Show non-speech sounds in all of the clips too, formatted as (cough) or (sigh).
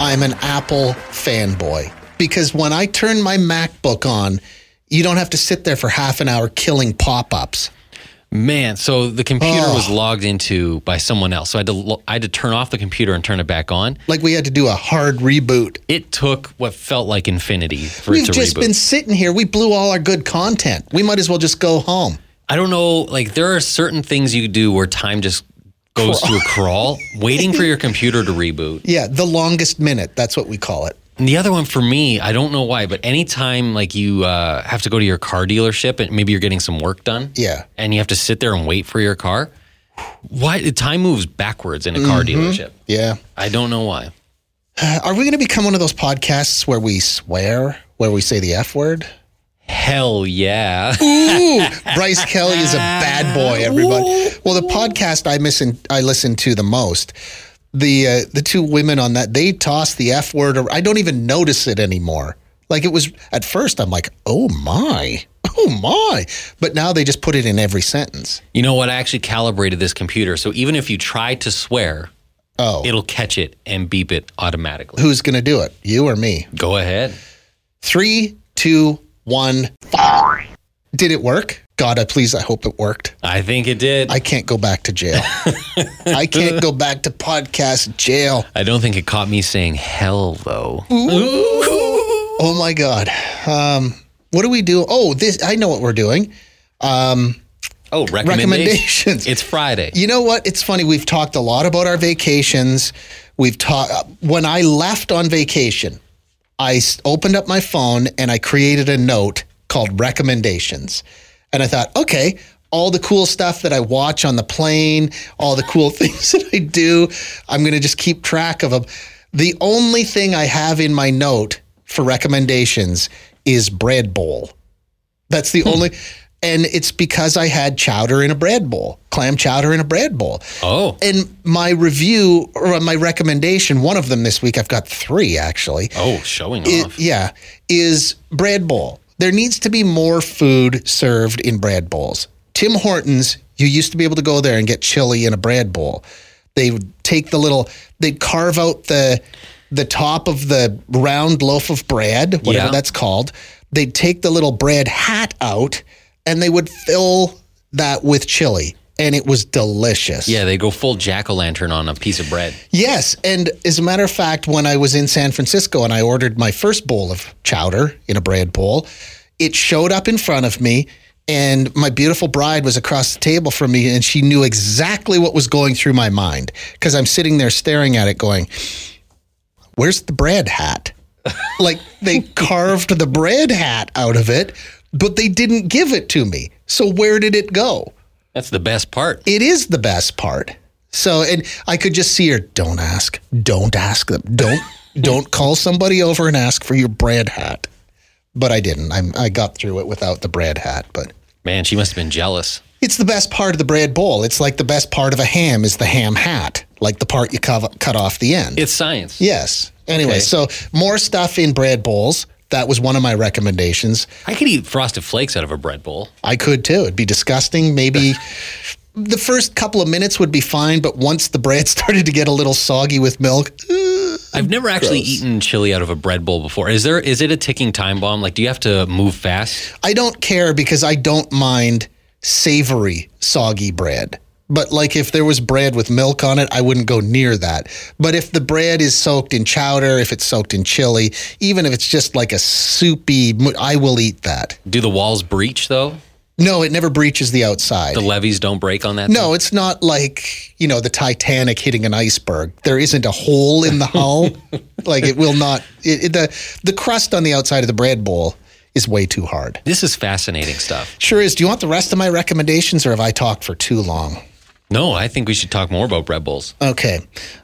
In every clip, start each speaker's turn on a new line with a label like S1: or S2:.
S1: I'm an Apple fanboy. Because when I turn my MacBook on, you don't have to sit there for half an hour killing pop ups.
S2: Man, so the computer was
S1: Oh.
S2: logged into by someone else. So I had to lo- I had to turn off the computer and turn it back on.
S1: Like we had to do a hard reboot.
S2: It took what felt like infinity for it
S1: We've
S2: to
S1: just
S2: reboot.
S1: been sitting here. We blew all our good content. We might as well just go home.
S2: I don't know, like there are certain things you do where time just goes to a crawl, waiting for your computer to reboot.
S1: Yeah, the longest minute. That's what we call it.
S2: And the other one for me, I don't know why, but anytime like you uh, have to go to your car dealership and maybe you're getting some work done,
S1: Yeah.
S2: and you have to sit there and wait for your car. Why time moves backwards in a car
S1: Mm-hmm.
S2: dealership?
S1: Yeah.
S2: I don't know why.
S1: Uh, Are we going to become one of those podcasts where we swear, where we say the F word?
S2: Hell yeah. (laughs)
S1: Bryce Kelly is a bad boy, everybody. Well, the podcast I listen I listen to the most, the uh, the two women on that they toss the f word. Or I don't even notice it anymore. Like it was at first, I'm like, oh my, (laughs) oh my, but now they just put it in every sentence.
S2: You know what? I actually calibrated this computer. So even if you try to swear,
S1: Oh.
S2: it'll catch it and beep it automatically.
S1: Who's gonna do it? You or me?
S2: Go ahead.
S1: Three, two, one. Did it work? God, I please, I hope it worked.
S2: I think it did.
S1: I
S2: I,
S1: can't go back to jail. I can't go back to podcast jail.
S2: don't think it caught me saying hell, though.
S1: Oh my God. Um, what do we do? Oh, this I know what we're doing.
S2: Oh,
S1: Recommendations.
S2: recommendations. It's Friday.
S1: You know what? It's funny. We've talked a lot about our vacations. We've talked when I left on vacation, I s- opened up my phone and I created a note called recommendations. And I thought, okay, all the cool stuff that I watch on the plane, all the cool (laughs) things that I do, I'm going to just keep track of them. The only thing I have in my note for recommendations is bread bowl. That's the only, and it's because I had chowder in a bread bowl, clam chowder in a bread bowl.
S2: Oh.
S1: And my review or my recommendation, one of them this week, I've got three actually.
S2: Oh, showing
S1: i-
S2: off.
S1: yeah, is bread bowl. There needs to be more food served in bread bowls. Tim Hortons, you used to be able to go there and get chili in a bread bowl. They would take the little, they'd carve out the the top of the round loaf of bread, whatever
S2: Yeah.
S1: that's called. They'd take the little bread hat out and they would fill that with chili. And it was delicious.
S2: Yeah, they go full jack o' lantern on a piece of bread.
S1: Yes, and as a matter of fact, when I was in San Francisco and I ordered my first bowl of chowder in a bread bowl, it showed up in front of me, and my beautiful bride was across the table from me, and she knew exactly what was going through my mind because I'm sitting there staring at it, going, "Where's the bread hat?" (laughs) like they carved the bread hat out of it, but they didn't give it to me. So where did it go?
S2: That's the best part.
S1: it is the best part. So, and I could just see her. Don't ask. Don't ask them. Don't don't call somebody over and ask for your bread hat. But I didn't. I'm, I got through it without the bread hat. But
S2: Man, she must have been jealous.
S1: it's the best part of the bread bowl. It's like the best part of a ham is the ham hat, like the part you cov- cut off the end.
S2: It's science.
S1: yes. Anyway,
S2: Okay.
S1: so more stuff in bread bowls. That was one of my recommendations.
S2: I could eat frosted flakes out of a bread bowl.
S1: I could too. It'd be disgusting. Maybe the first couple of minutes would be fine, but once the bread (laughs) started to get a little soggy with milk, uh,
S2: I've never actually eaten chili out of a bread bowl before. Is there? Is it a ticking time bomb? Like, do you have to move fast?
S1: I don't care because I don't mind savory, soggy bread. But like if there was bread with milk on it, I wouldn't go near that. But if the bread is soaked in chowder, if it's soaked in chili, even if it's just like a soupy, mo- I will eat that.
S2: Do the walls breach though?
S1: No, it never breaches the outside.
S2: The levees don't break on that.
S1: no, it's not like, you know, the Titanic hitting an iceberg. There isn't a hole in the (laughs) hull. like it will not it, it- the the crust on the outside of the bread bowl is way too hard.
S2: This is fascinating stuff.
S1: Sure is. Do you want the rest of my recommendations or have I talked for too long?
S2: No, I think we should talk more about bread bowls.
S1: Okay.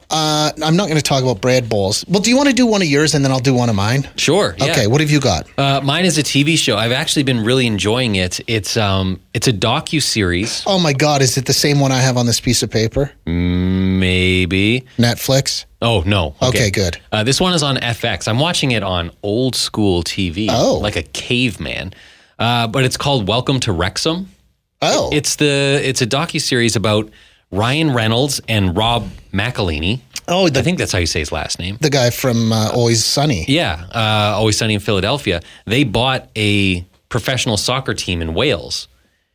S1: Uh, I'm not going to talk about bread bowls. Well, do you want to do one of yours and then I'll do one of mine?
S2: Sure. yeah.
S1: Okay, what have you got?
S2: Uh, mine is a TV show. I've actually been really enjoying it. It's um, it's a docu series,
S1: Oh my God, is it the same one I have on this piece of paper?
S2: maybe.
S1: Netflix?
S2: Oh no.
S1: Okay, good.
S2: Uh, this one is on FX. I'm watching it on old school TV,
S1: Oh.
S2: like a caveman. Uh, but it's called Welcome to Wrexham.
S1: Oh,
S2: It's the it's a docu series about Ryan Reynolds and Rob McElhenney.
S1: oh,
S2: I
S1: the,
S2: think that's how you say his last name.
S1: the guy from uh, Always Sunny.
S2: Yeah, uh, Always Sunny in Philadelphia. They bought a professional soccer team in Wales,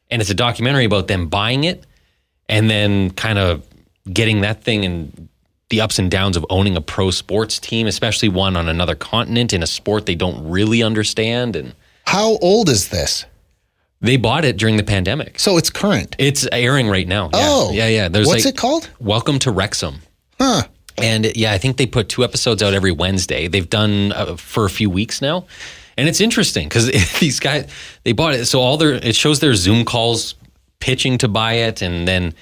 S2: and it's a documentary about them buying it and then kind of getting that thing and the ups and downs of owning a pro sports team, especially one on another continent in a sport they don't really understand. And
S1: How old is this?
S2: they bought it during the pandemic.
S1: So it's current.
S2: It's airing right now. Yeah.
S1: Oh.
S2: yeah, yeah. There's
S1: What's
S2: like-
S1: it called?
S2: Welcome to Wrexham.
S1: Huh.
S2: And yeah, I think they put two episodes out every Wednesday. They've done uh, for a few weeks now, and it's interesting because (laughs) these guys they bought it. So all their it shows their Zoom calls pitching to buy it, and then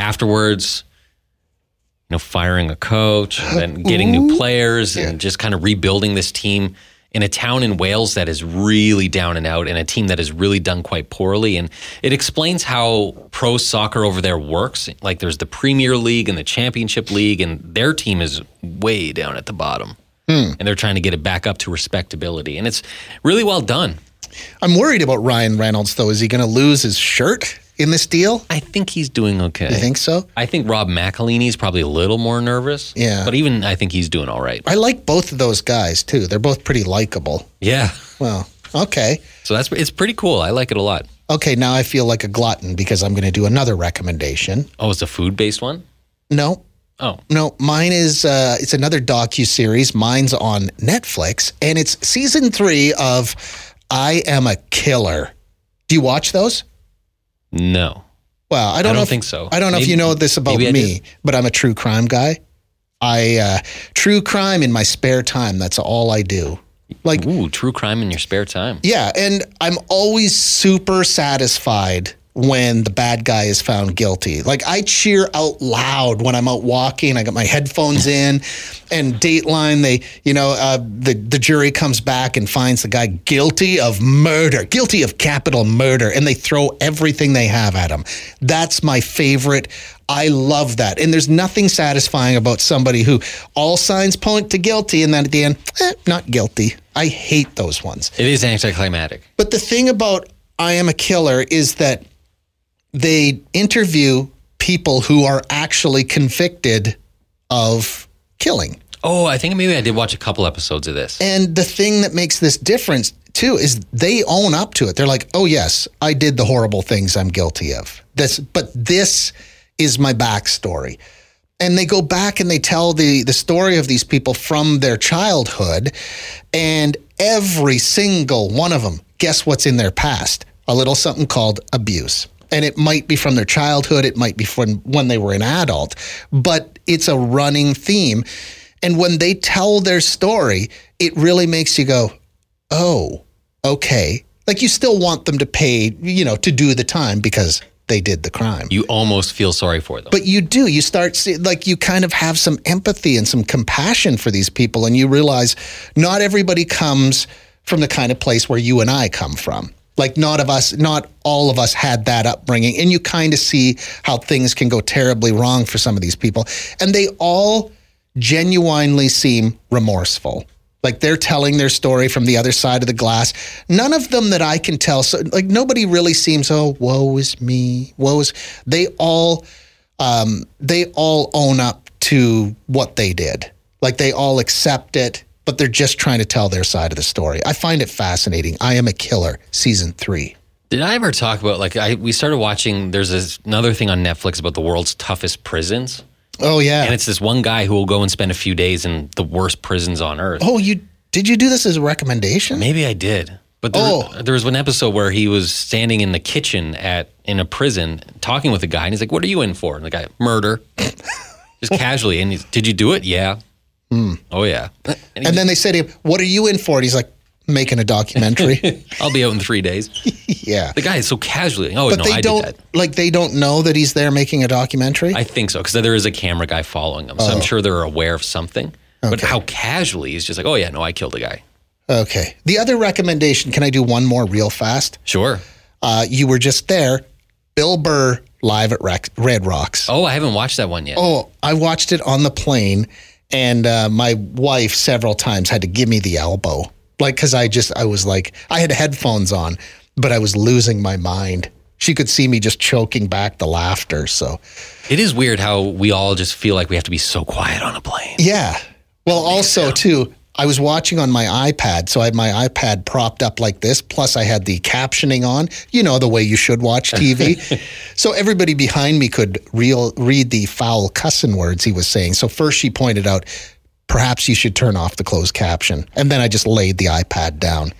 S2: afterwards, you know, firing a coach, and
S1: (laughs)
S2: then getting new players, and just kind of rebuilding this team in a town in Wales that is really down and out, and a team that has really done quite poorly. And it explains how pro soccer over there works. Like there's the Premier League and the Championship League, and their team is way down at the bottom.
S1: Hmm.
S2: And they're trying to get it back up to respectability. And it's really well done.
S1: I'm worried about Ryan Reynolds, though. Is he going to lose his shirt in this deal?
S2: I think he's doing okay.
S1: You think so?
S2: I think Rob McElhaney's probably a little more nervous.
S1: Yeah.
S2: But even I think he's doing all right.
S1: I like both of those guys, too. They're both pretty likable.
S2: Yeah.
S1: Well, okay.
S2: So that's it's pretty cool. I like it a lot.
S1: Okay, now I feel like a glutton because I'm going to do another recommendation.
S2: Oh, it's a food based one?
S1: No,
S2: Oh.
S1: No, mine is uh, it's another docu series. Mine's on Netflix, and it's season three of "I Am a Killer." Do you watch those?
S2: No.
S1: Well, I don't,
S2: I
S1: know
S2: don't
S1: if-
S2: think so.
S1: I don't know if
S2: Maybe-
S1: you know this about
S2: maybe I
S1: me, but I'm a true crime guy. I uh, true crime in my spare time. That's all I do. Like,
S2: Ooh, true crime in your spare time.
S1: yeah, and I'm always super satisfied when the bad guy is found guilty. Like I cheer out loud when I'm out walking. I got my headphones in, and Dateline. They, you know, uh, the the jury comes back and finds the guy guilty of murder, guilty of capital murder, and they throw everything they have at him. That's my favorite. I love that. And there's nothing satisfying about somebody who all signs point to guilty and then at the end, eh, not guilty. I hate those ones.
S2: It is anticlimactic.
S1: But the thing about I Am a Killer is that they interview people who are actually convicted of killing.
S2: Oh, I think maybe I did watch a couple episodes of this.
S1: And the thing that makes this difference too is they own up to it. They're like, "Oh yes, I did the horrible things I'm guilty of." This but this is my backstory. And they go back and they tell the the story of these people from their childhood and every single one of them, guess what's in their past? A little something called abuse. And it might be from their childhood, it might be from when they were an adult, but it's a running theme. And when they tell their story, it really makes you go, oh, okay. Like you still want them to pay, you know, to do the time because they did the crime.
S2: You almost feel sorry for them.
S1: But you do. You start see, like you kind of have some empathy and some compassion for these people, and you realize not everybody comes from the kind of place where you and I come from. Like not of us, not all of us had that upbringing, and you kind of see how things can go terribly wrong for some of these people, and they all genuinely seem remorseful. Like they're telling their story from the other side of the glass. None of them that I can tell, so like nobody really seems, oh, woe is me, woe is. They all um, they all own up to what they did. Like they all accept it, but they're just trying to tell their side of the story. I find it fascinating. I Am a Killer, season three.
S2: Did I ever talk about like I we started watching there's this, another thing on Netflix about the world's toughest prisons
S1: Oh,
S2: and
S1: yeah.
S2: it's this one guy who will go and spend a few days in the worst prisons on earth.
S1: Oh, you did you do this as a recommendation?
S2: Maybe I did. But there,
S1: Oh.
S2: there was one episode where he was standing in the kitchen at in a prison talking with a guy, and he's like, "What are you in for?" And the guy, "Murder," (laughs) just casually. And he's, "Did you do it?" Yeah.
S1: Hmm.
S2: Oh yeah. And
S1: And then they said to him, What are you in for? And he's like, Making a
S2: (laughs)
S1: documentary.
S2: I'll be out in three days.
S1: yeah.
S2: The guy is so casually. Oh
S1: But
S2: no,
S1: they
S2: I
S1: don't
S2: did that.
S1: like they don't know that he's there making a documentary.
S2: I think so because there is a camera guy following them, so
S1: Oh.
S2: I'm sure they're aware of something. But how casually he's just like, "Oh yeah, no, I killed a guy."
S1: okay. The other recommendation, can I do one more real fast?
S2: Sure.
S1: Uh, you were just there. Bill Burr live at Rex- Red Rocks.
S2: Oh, I haven't watched that one yet.
S1: Oh, I watched it on the plane, and uh, my wife several times had to give me the elbow, like because I just I was like I had headphones on, but I was losing my mind. She could see me just choking back the laughter. So
S2: It is weird how we all just feel like we have to be so quiet on a plane.
S1: yeah. Well, also too, I was watching on my iPad, so I had my iPad propped up like this. Plus, I had the captioning on. You know the way you should watch TV. so everybody behind me could real read the foul cussing words he was saying. So first, she pointed out, perhaps you should turn off the closed caption, and then I just laid the iPad down.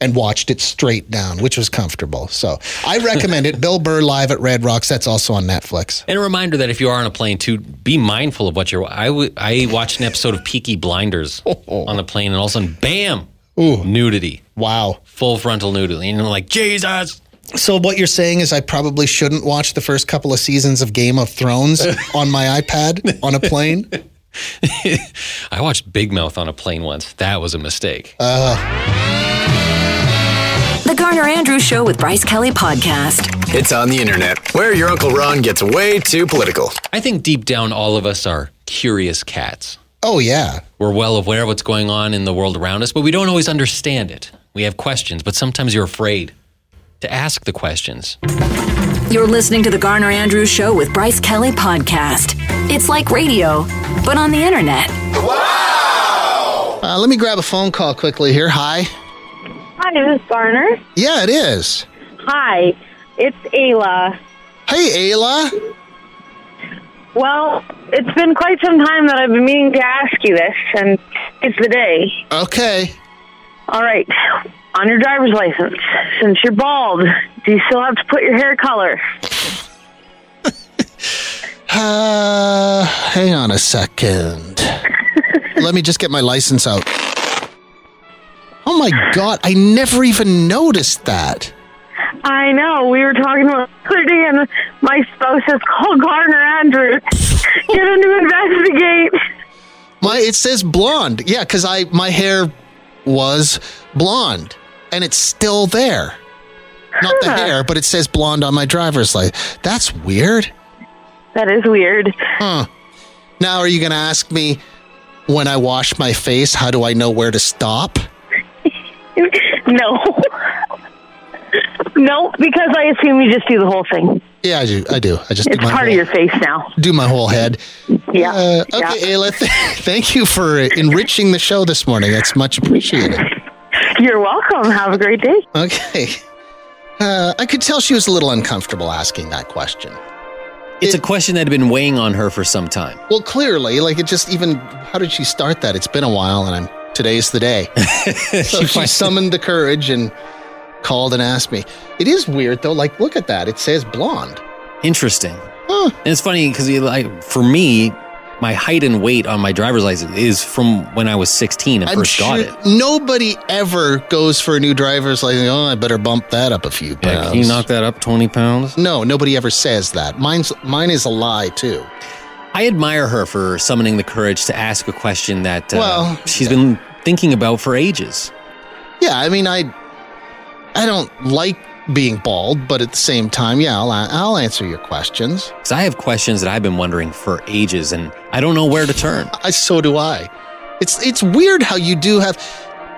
S1: And watched it straight down, which was comfortable. So I recommend it. Bill Burr live at Red Rocks. That's also on Netflix.
S2: And a reminder that if you are on a plane, to be mindful of what you're. I w- I watched an episode of Peaky Blinders on the plane, and all of a sudden, bam, nudity,
S1: Wow.
S2: full frontal nudity, and I'm like, Jesus.
S1: So what you're saying is I probably shouldn't watch the first couple of seasons of Game of Thrones on my iPad on a plane?
S2: I watched Big Mouth on a plane once. That was a mistake.
S3: The Garner Andrews Show with Bryce Kelly Podcast.
S4: It's on the internet, where your Uncle Ron gets way too political.
S2: I think deep down, all of us are curious cats.
S1: Oh yeah.
S2: We're well aware of what's going on in the world around us, but we don't always understand it. We have questions, but sometimes you're afraid to ask the questions.
S3: You're listening to The Garner Andrews Show with Bryce Kelly Podcast. It's like radio, but on the internet.
S1: Uh, let me grab a phone call quickly here. Hi.
S5: Hi, this is Garner.
S1: Yeah, it is.
S5: Hi, it's Ayla.
S1: Hey, Ayla.
S5: Well, it's been quite some time that I've been meaning to ask you this, and it's the day.
S1: Okay.
S5: All right, on your driver's license, since you're bald, do you still have to put your hair color?
S1: Uh, hang on a second. (laughs) let me just get my license out. Oh my god, I never even noticed that.
S5: I know, we were talking about it the other day, and my spouse has called Garner Andrews. Get him to investigate.
S1: My it says blonde. Yeah, cuz I my hair was blonde and it's still there. Not the
S5: Huh.
S1: hair, but it says blonde on my driver's license. That's weird.
S5: That is weird.
S1: Now are you going to ask me when I wash my face, how do I know where to stop?
S5: no. no, because I assume you just do the whole thing.
S1: Yeah, I do. I do. I just do
S5: It's
S1: my
S5: part
S1: whole,
S5: of your face now.
S1: do my whole head.
S5: Yeah.
S1: Uh, okay,
S5: yeah.
S1: Ayla, th- (laughs) thank you for enriching the show this morning. That's much
S5: (laughs)
S1: appreciated.
S5: You're welcome. Have a great day.
S1: Okay. Uh, I could tell she was a little uncomfortable asking that question.
S2: It's a question that had been weighing on her for some time.
S1: Well, clearly, like it just even how did she start that? It's been a while, and I'm today's the
S2: (laughs)
S1: day. so she summoned the courage and called and asked me. It is weird though. Like, look at that. It says blonde.
S2: Interesting.
S1: Huh.
S2: And it's funny because like, for me, my height and weight on my driver's license is from when I was 16 and
S1: I'm
S2: first got
S1: sure
S2: it.
S1: nobody ever goes for a new driver's license. Oh, I better bump that up a few
S2: Yeah,
S1: pounds.
S2: can you knock that up 20 pounds?
S1: no, nobody ever says that. Mine's mine is a lie too.
S2: I admire her for summoning the courage to ask a question that uh,
S1: Well-
S2: she's been thinking about for ages.
S1: Yeah, I mean, I I don't like being bald, but at the same time, yeah, I'll, I'll answer your questions.
S2: Because I have questions that I've been wondering for ages and I don't know where to turn.
S1: I so do I. It's it's weird how you do have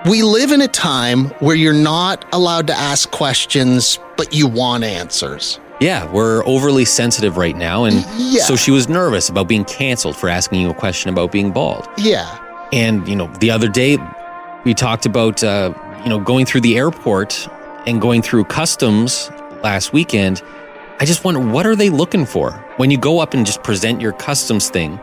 S1: we live in a time where you're not allowed to ask questions but you want answers.
S2: Yeah, we're overly sensitive right now. And
S1: Yeah.
S2: so she was nervous about being canceled for asking you a question about being bald.
S1: Yeah.
S2: And, you know, the other day we talked about, uh, you know, going through the airport and going through customs last weekend. I just wonder, what are they looking for? When you go up and just present your customs thing,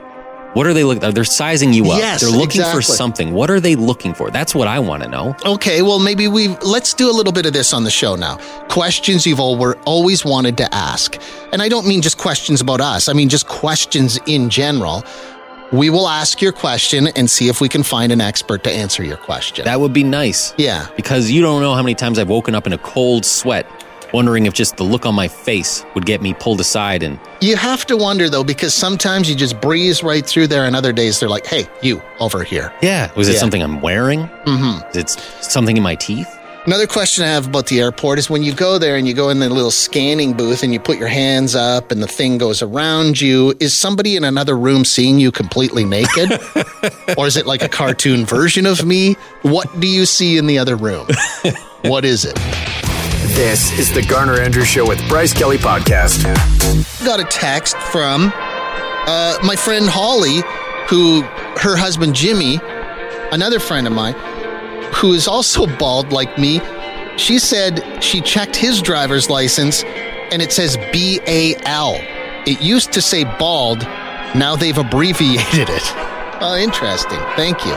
S2: What are they looking? They're sizing you up.
S1: Yes,
S2: they're looking for
S1: exactly.
S2: something. What are they looking for? That's what I want to know.
S1: Okay, well, maybe we let's do a little bit of this on the show now. Questions you've all were always wanted to ask, and I don't mean just questions about us. I mean just questions in general. We will ask your question and see if we can find an expert to answer your question.
S2: That would be nice.
S1: yeah,
S2: Because you don't know how many times I've woken up in a cold sweat, wondering if just the look on my face would get me pulled aside. And
S1: you have to wonder though because sometimes you just breeze right through there, and other days they're like, "Hey, you over here."
S2: yeah, was it
S1: Yeah.
S2: something I'm wearing?
S1: Mm-hmm.
S2: Is it something in my teeth?
S1: Another question I have about the airport is when you go there and you go in the little scanning booth and you put your hands up and the thing goes around you, is somebody in another room seeing you completely naked? or is it like a cartoon version of me? What do you see in the other room? What is it?
S4: This is the Garner Andrews Show with Bryce Kelly Podcast.
S1: Got a text from uh, my friend Holly, who her husband Jimmy, another friend of mine, who is also (laughs) bald like me, she said she checked his driver's license and it says B A L. It used to say bald, now they've abbreviated it. (laughs) Oh, interesting. Thank you.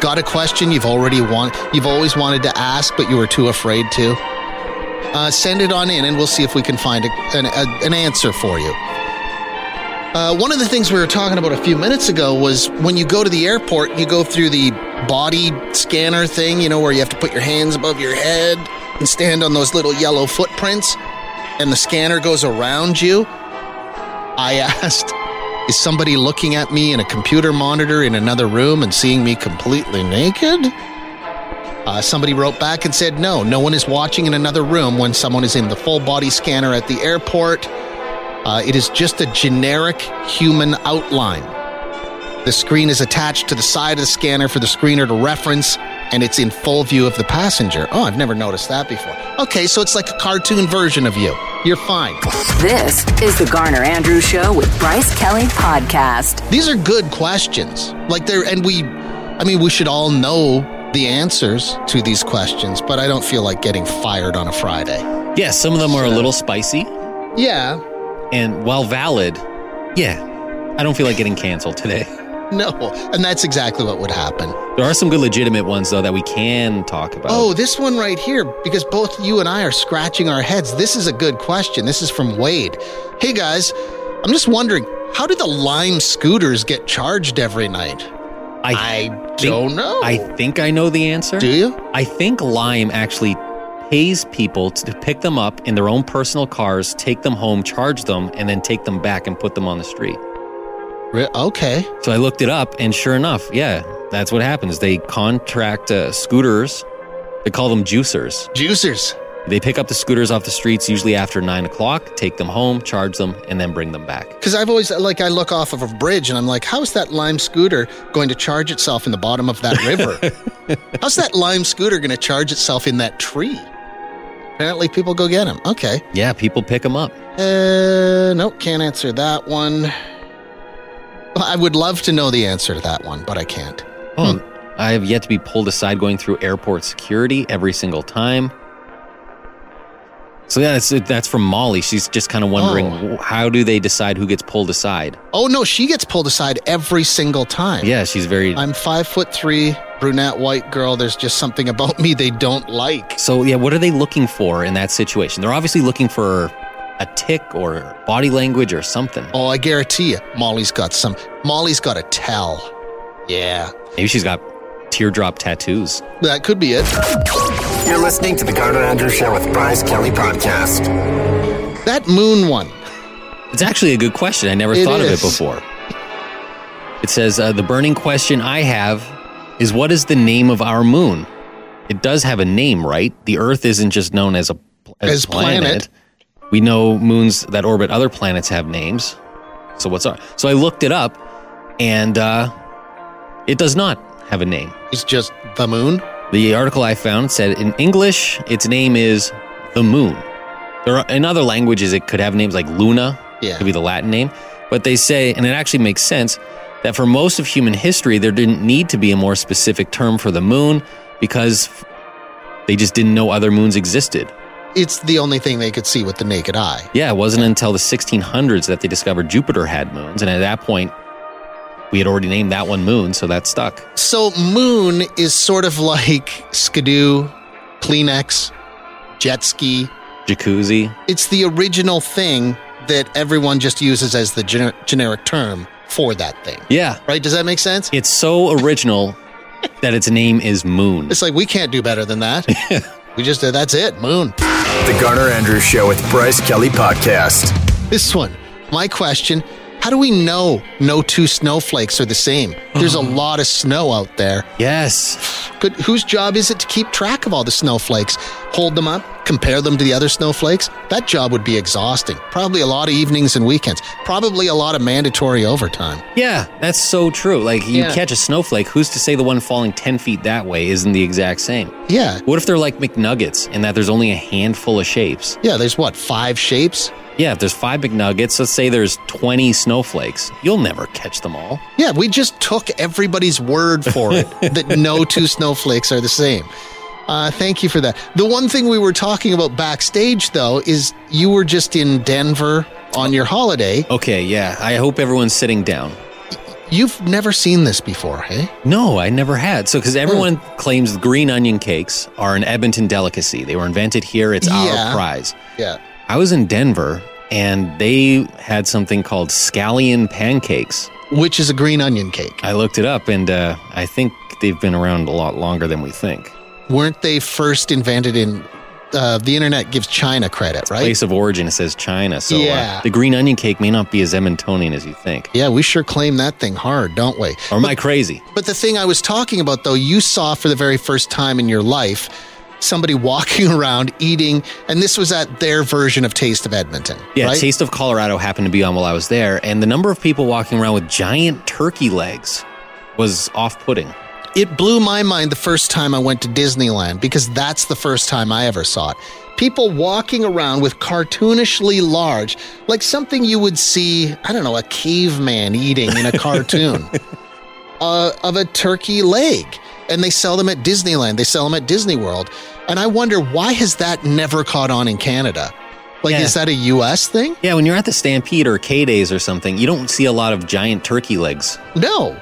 S1: Got a question you've already want you've always wanted to ask, but you were too afraid to. Uh, send it on in, and we'll see if we can find a, an, a, an answer for you. Uh, one of the things we were talking about a few minutes ago was when you go to the airport, you go through the body scanner thing, you know, where you have to put your hands above your head and stand on those little yellow footprints, and the scanner goes around you. I (laughs) asked, is somebody looking at me in a computer monitor in another room and seeing me completely naked? Uh, somebody wrote back and said, no, no one is watching in another room when someone is in the full body scanner at the airport. Uh, it is just a generic human outline. The screen is attached to the side of the scanner for the screener to reference, and it's in full view of the passenger. Oh, I've never noticed that before. Okay, so it's like a cartoon version of you. You're fine.
S3: This is the Garner Andrews Show with Bryce Kelly Podcast.
S1: These are good questions. Like they're and we I mean we should all know the answers to these questions, but I don't feel like getting fired on a Friday.
S2: Yeah, some of them are a little spicy.
S1: Yeah.
S2: And while valid, yeah, I don't feel like getting canceled today.
S1: No. And that's exactly what would happen.
S2: There are some good legitimate ones, though, that we can talk about.
S1: Oh, this one right here, because both you and I are scratching our heads. This is a good question. This is from Wade. Hey guys, I'm just wondering, how do the Lime scooters get charged every night? I
S2: think-
S1: don't know.
S2: I think I know the answer.
S1: do you?
S2: I think Lime actually pays people to pick them up in their own personal cars, take them home, charge them, and then take them back and put them on the street.
S1: Re- okay.
S2: So I looked it up, and sure enough, yeah, that's what happens. They contract uh, scooters. They call them juicers.
S1: Juicers.
S2: They pick up the scooters off the streets usually after nine o'clock, take them home, charge them, and then bring them back.
S1: Because I've always, like, I look off of a bridge and I'm like, how is that lime scooter going to charge itself in the bottom of that river? How's that lime scooter going to charge itself in that tree? Apparently, people go get him. Okay.
S2: Yeah, people pick them up.
S1: Uh, nope, can't answer that one. Well, I would love to know the answer to that one, but I can't.
S2: Oh, I have yet to be pulled aside going through airport security every single time. So that's that's from Molly. She's just kind of wondering
S1: Oh.
S2: wh- how do they decide who gets pulled aside?
S1: Oh, no, she gets pulled aside every single time.
S2: Yeah, she's very.
S1: I'm five foot three, brunette, white girl. There's just something about me they don't like.
S2: so yeah, what are they looking for in that situation? They're obviously looking for a tick or body language or something.
S1: Oh, I guarantee you, Molly's got some. Molly's got a tell. Yeah,
S2: Maybe she's got teardrop tattoos.
S1: that could be it.
S4: You're listening to the Garner Andrews Show with Bryce Kelly Podcast.
S1: That moon one.
S2: It's actually a good question. I never
S1: It
S2: thought
S1: is.
S2: of it before. It says uh, the burning question I have is what is the name of our moon? It does have a name, right? The Earth isn't just known as a pl- as,
S1: As
S2: a planet.
S1: planet.
S2: We know moons that orbit other planets have names. So what's our? So I looked it up, and uh, it does not have a name.
S1: It's just the moon.
S2: The article I found said in English, its name is the moon. There are, in other languages, it could have names like Luna,
S1: Yeah.
S2: could be the Latin name. But they say, and it actually makes sense, that for most of human history, there didn't need to be a more specific term for the moon because f- they just didn't know other moons existed.
S1: It's the only thing they could see with the naked eye.
S2: Yeah, it wasn't until the 1600s that they discovered Jupiter had moons. And at that point, we had already named that one Moon, so that stuck.
S1: So Moon is sort of like Skidoo, Kleenex, jet ski.
S2: Jacuzzi.
S1: It's the original thing that everyone just uses as the gener- generic term for that thing.
S2: Yeah.
S1: Right? Does that make sense?
S2: It's so original that its name is Moon.
S1: It's like we can't do better than that. we just uh, that's it. Moon.
S4: The Garner Andrews Show with Bryce Kelly Podcast.
S1: This one. My question. How do we know no two snowflakes are the same? There's a lot of snow out there.
S2: Yes.
S1: Could, whose job is it to keep track of all the snowflakes? Hold them up, compare them to the other snowflakes? That job would be exhausting. Probably a lot of evenings and weekends. Probably a lot of mandatory overtime.
S2: Yeah, that's so true. Like you
S1: Yeah.
S2: catch a snowflake, who's to say the one falling 10 feet that way isn't the exact same?
S1: Yeah.
S2: What if they're like McNuggets and that there's only a handful of shapes?
S1: Yeah, there's what, five shapes?
S2: Yeah, if there's five McNuggets, let's say there's 20 snowflakes. You'll never catch them all.
S1: Yeah, we just took everybody's word for it that no two snowflakes are the same. Uh, thank you for that. The one thing we were talking about backstage, though, is you were just in Denver on your holiday.
S2: Okay, yeah. I hope everyone's sitting down.
S1: You've never seen this before, hey?
S2: No, I never had. So, because everyone
S1: Hmm.
S2: claims the green onion cakes are an Edmonton delicacy. They were invented here. It's
S1: Yeah.
S2: our prize.
S1: Yeah.
S2: I was in Denver and they had something called scallion pancakes.
S1: Which is a green onion cake.
S2: I looked it up and uh, I think they've been around a lot longer than we think.
S1: Weren't they first invented in? Uh, the internet gives China credit, right?
S2: Place of origin it says China. So,
S1: Yeah.
S2: uh, the green onion cake may not be as Edmontonian as you think.
S1: Yeah, we sure claim that thing hard, don't we?
S2: Or am I crazy?
S1: But the thing I was talking about, though, you saw for the very first time in your life somebody (laughs) walking around eating, and this was at their version of Taste of Edmonton.
S2: Yeah,
S1: right?
S2: Taste of Colorado happened to be on while I was there, and the number of people walking around with giant turkey legs was off-putting.
S1: it blew my mind the first time I went to Disneyland because that's the first time I ever saw it. People walking around with cartoonishly large, like something you would see, I don't know, a caveman eating in a cartoon uh, of a turkey leg. And they sell them at Disneyland, they sell them at Disney World. And I wonder why has that never caught on in Canada? Like,
S2: Yeah.
S1: is that a US thing?
S2: Yeah, when you're at the Stampede or K Days or something, you don't see a lot of giant turkey legs.
S1: No.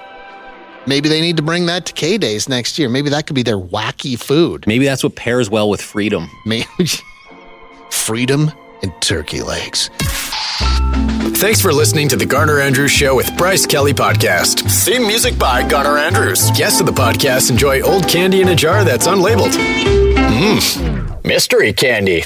S1: Maybe they need to bring that to K Days next year. Maybe that could be their wacky food.
S2: Maybe that's what pairs well with freedom.
S1: Maybe (laughs) freedom and turkey legs.
S4: Thanks for listening to the Garner Andrews Show with Bryce Kelly Podcast. Theme music by Garner Andrews. Guests of the podcast enjoy old candy in a jar that's unlabeled. Mmm, mystery candy.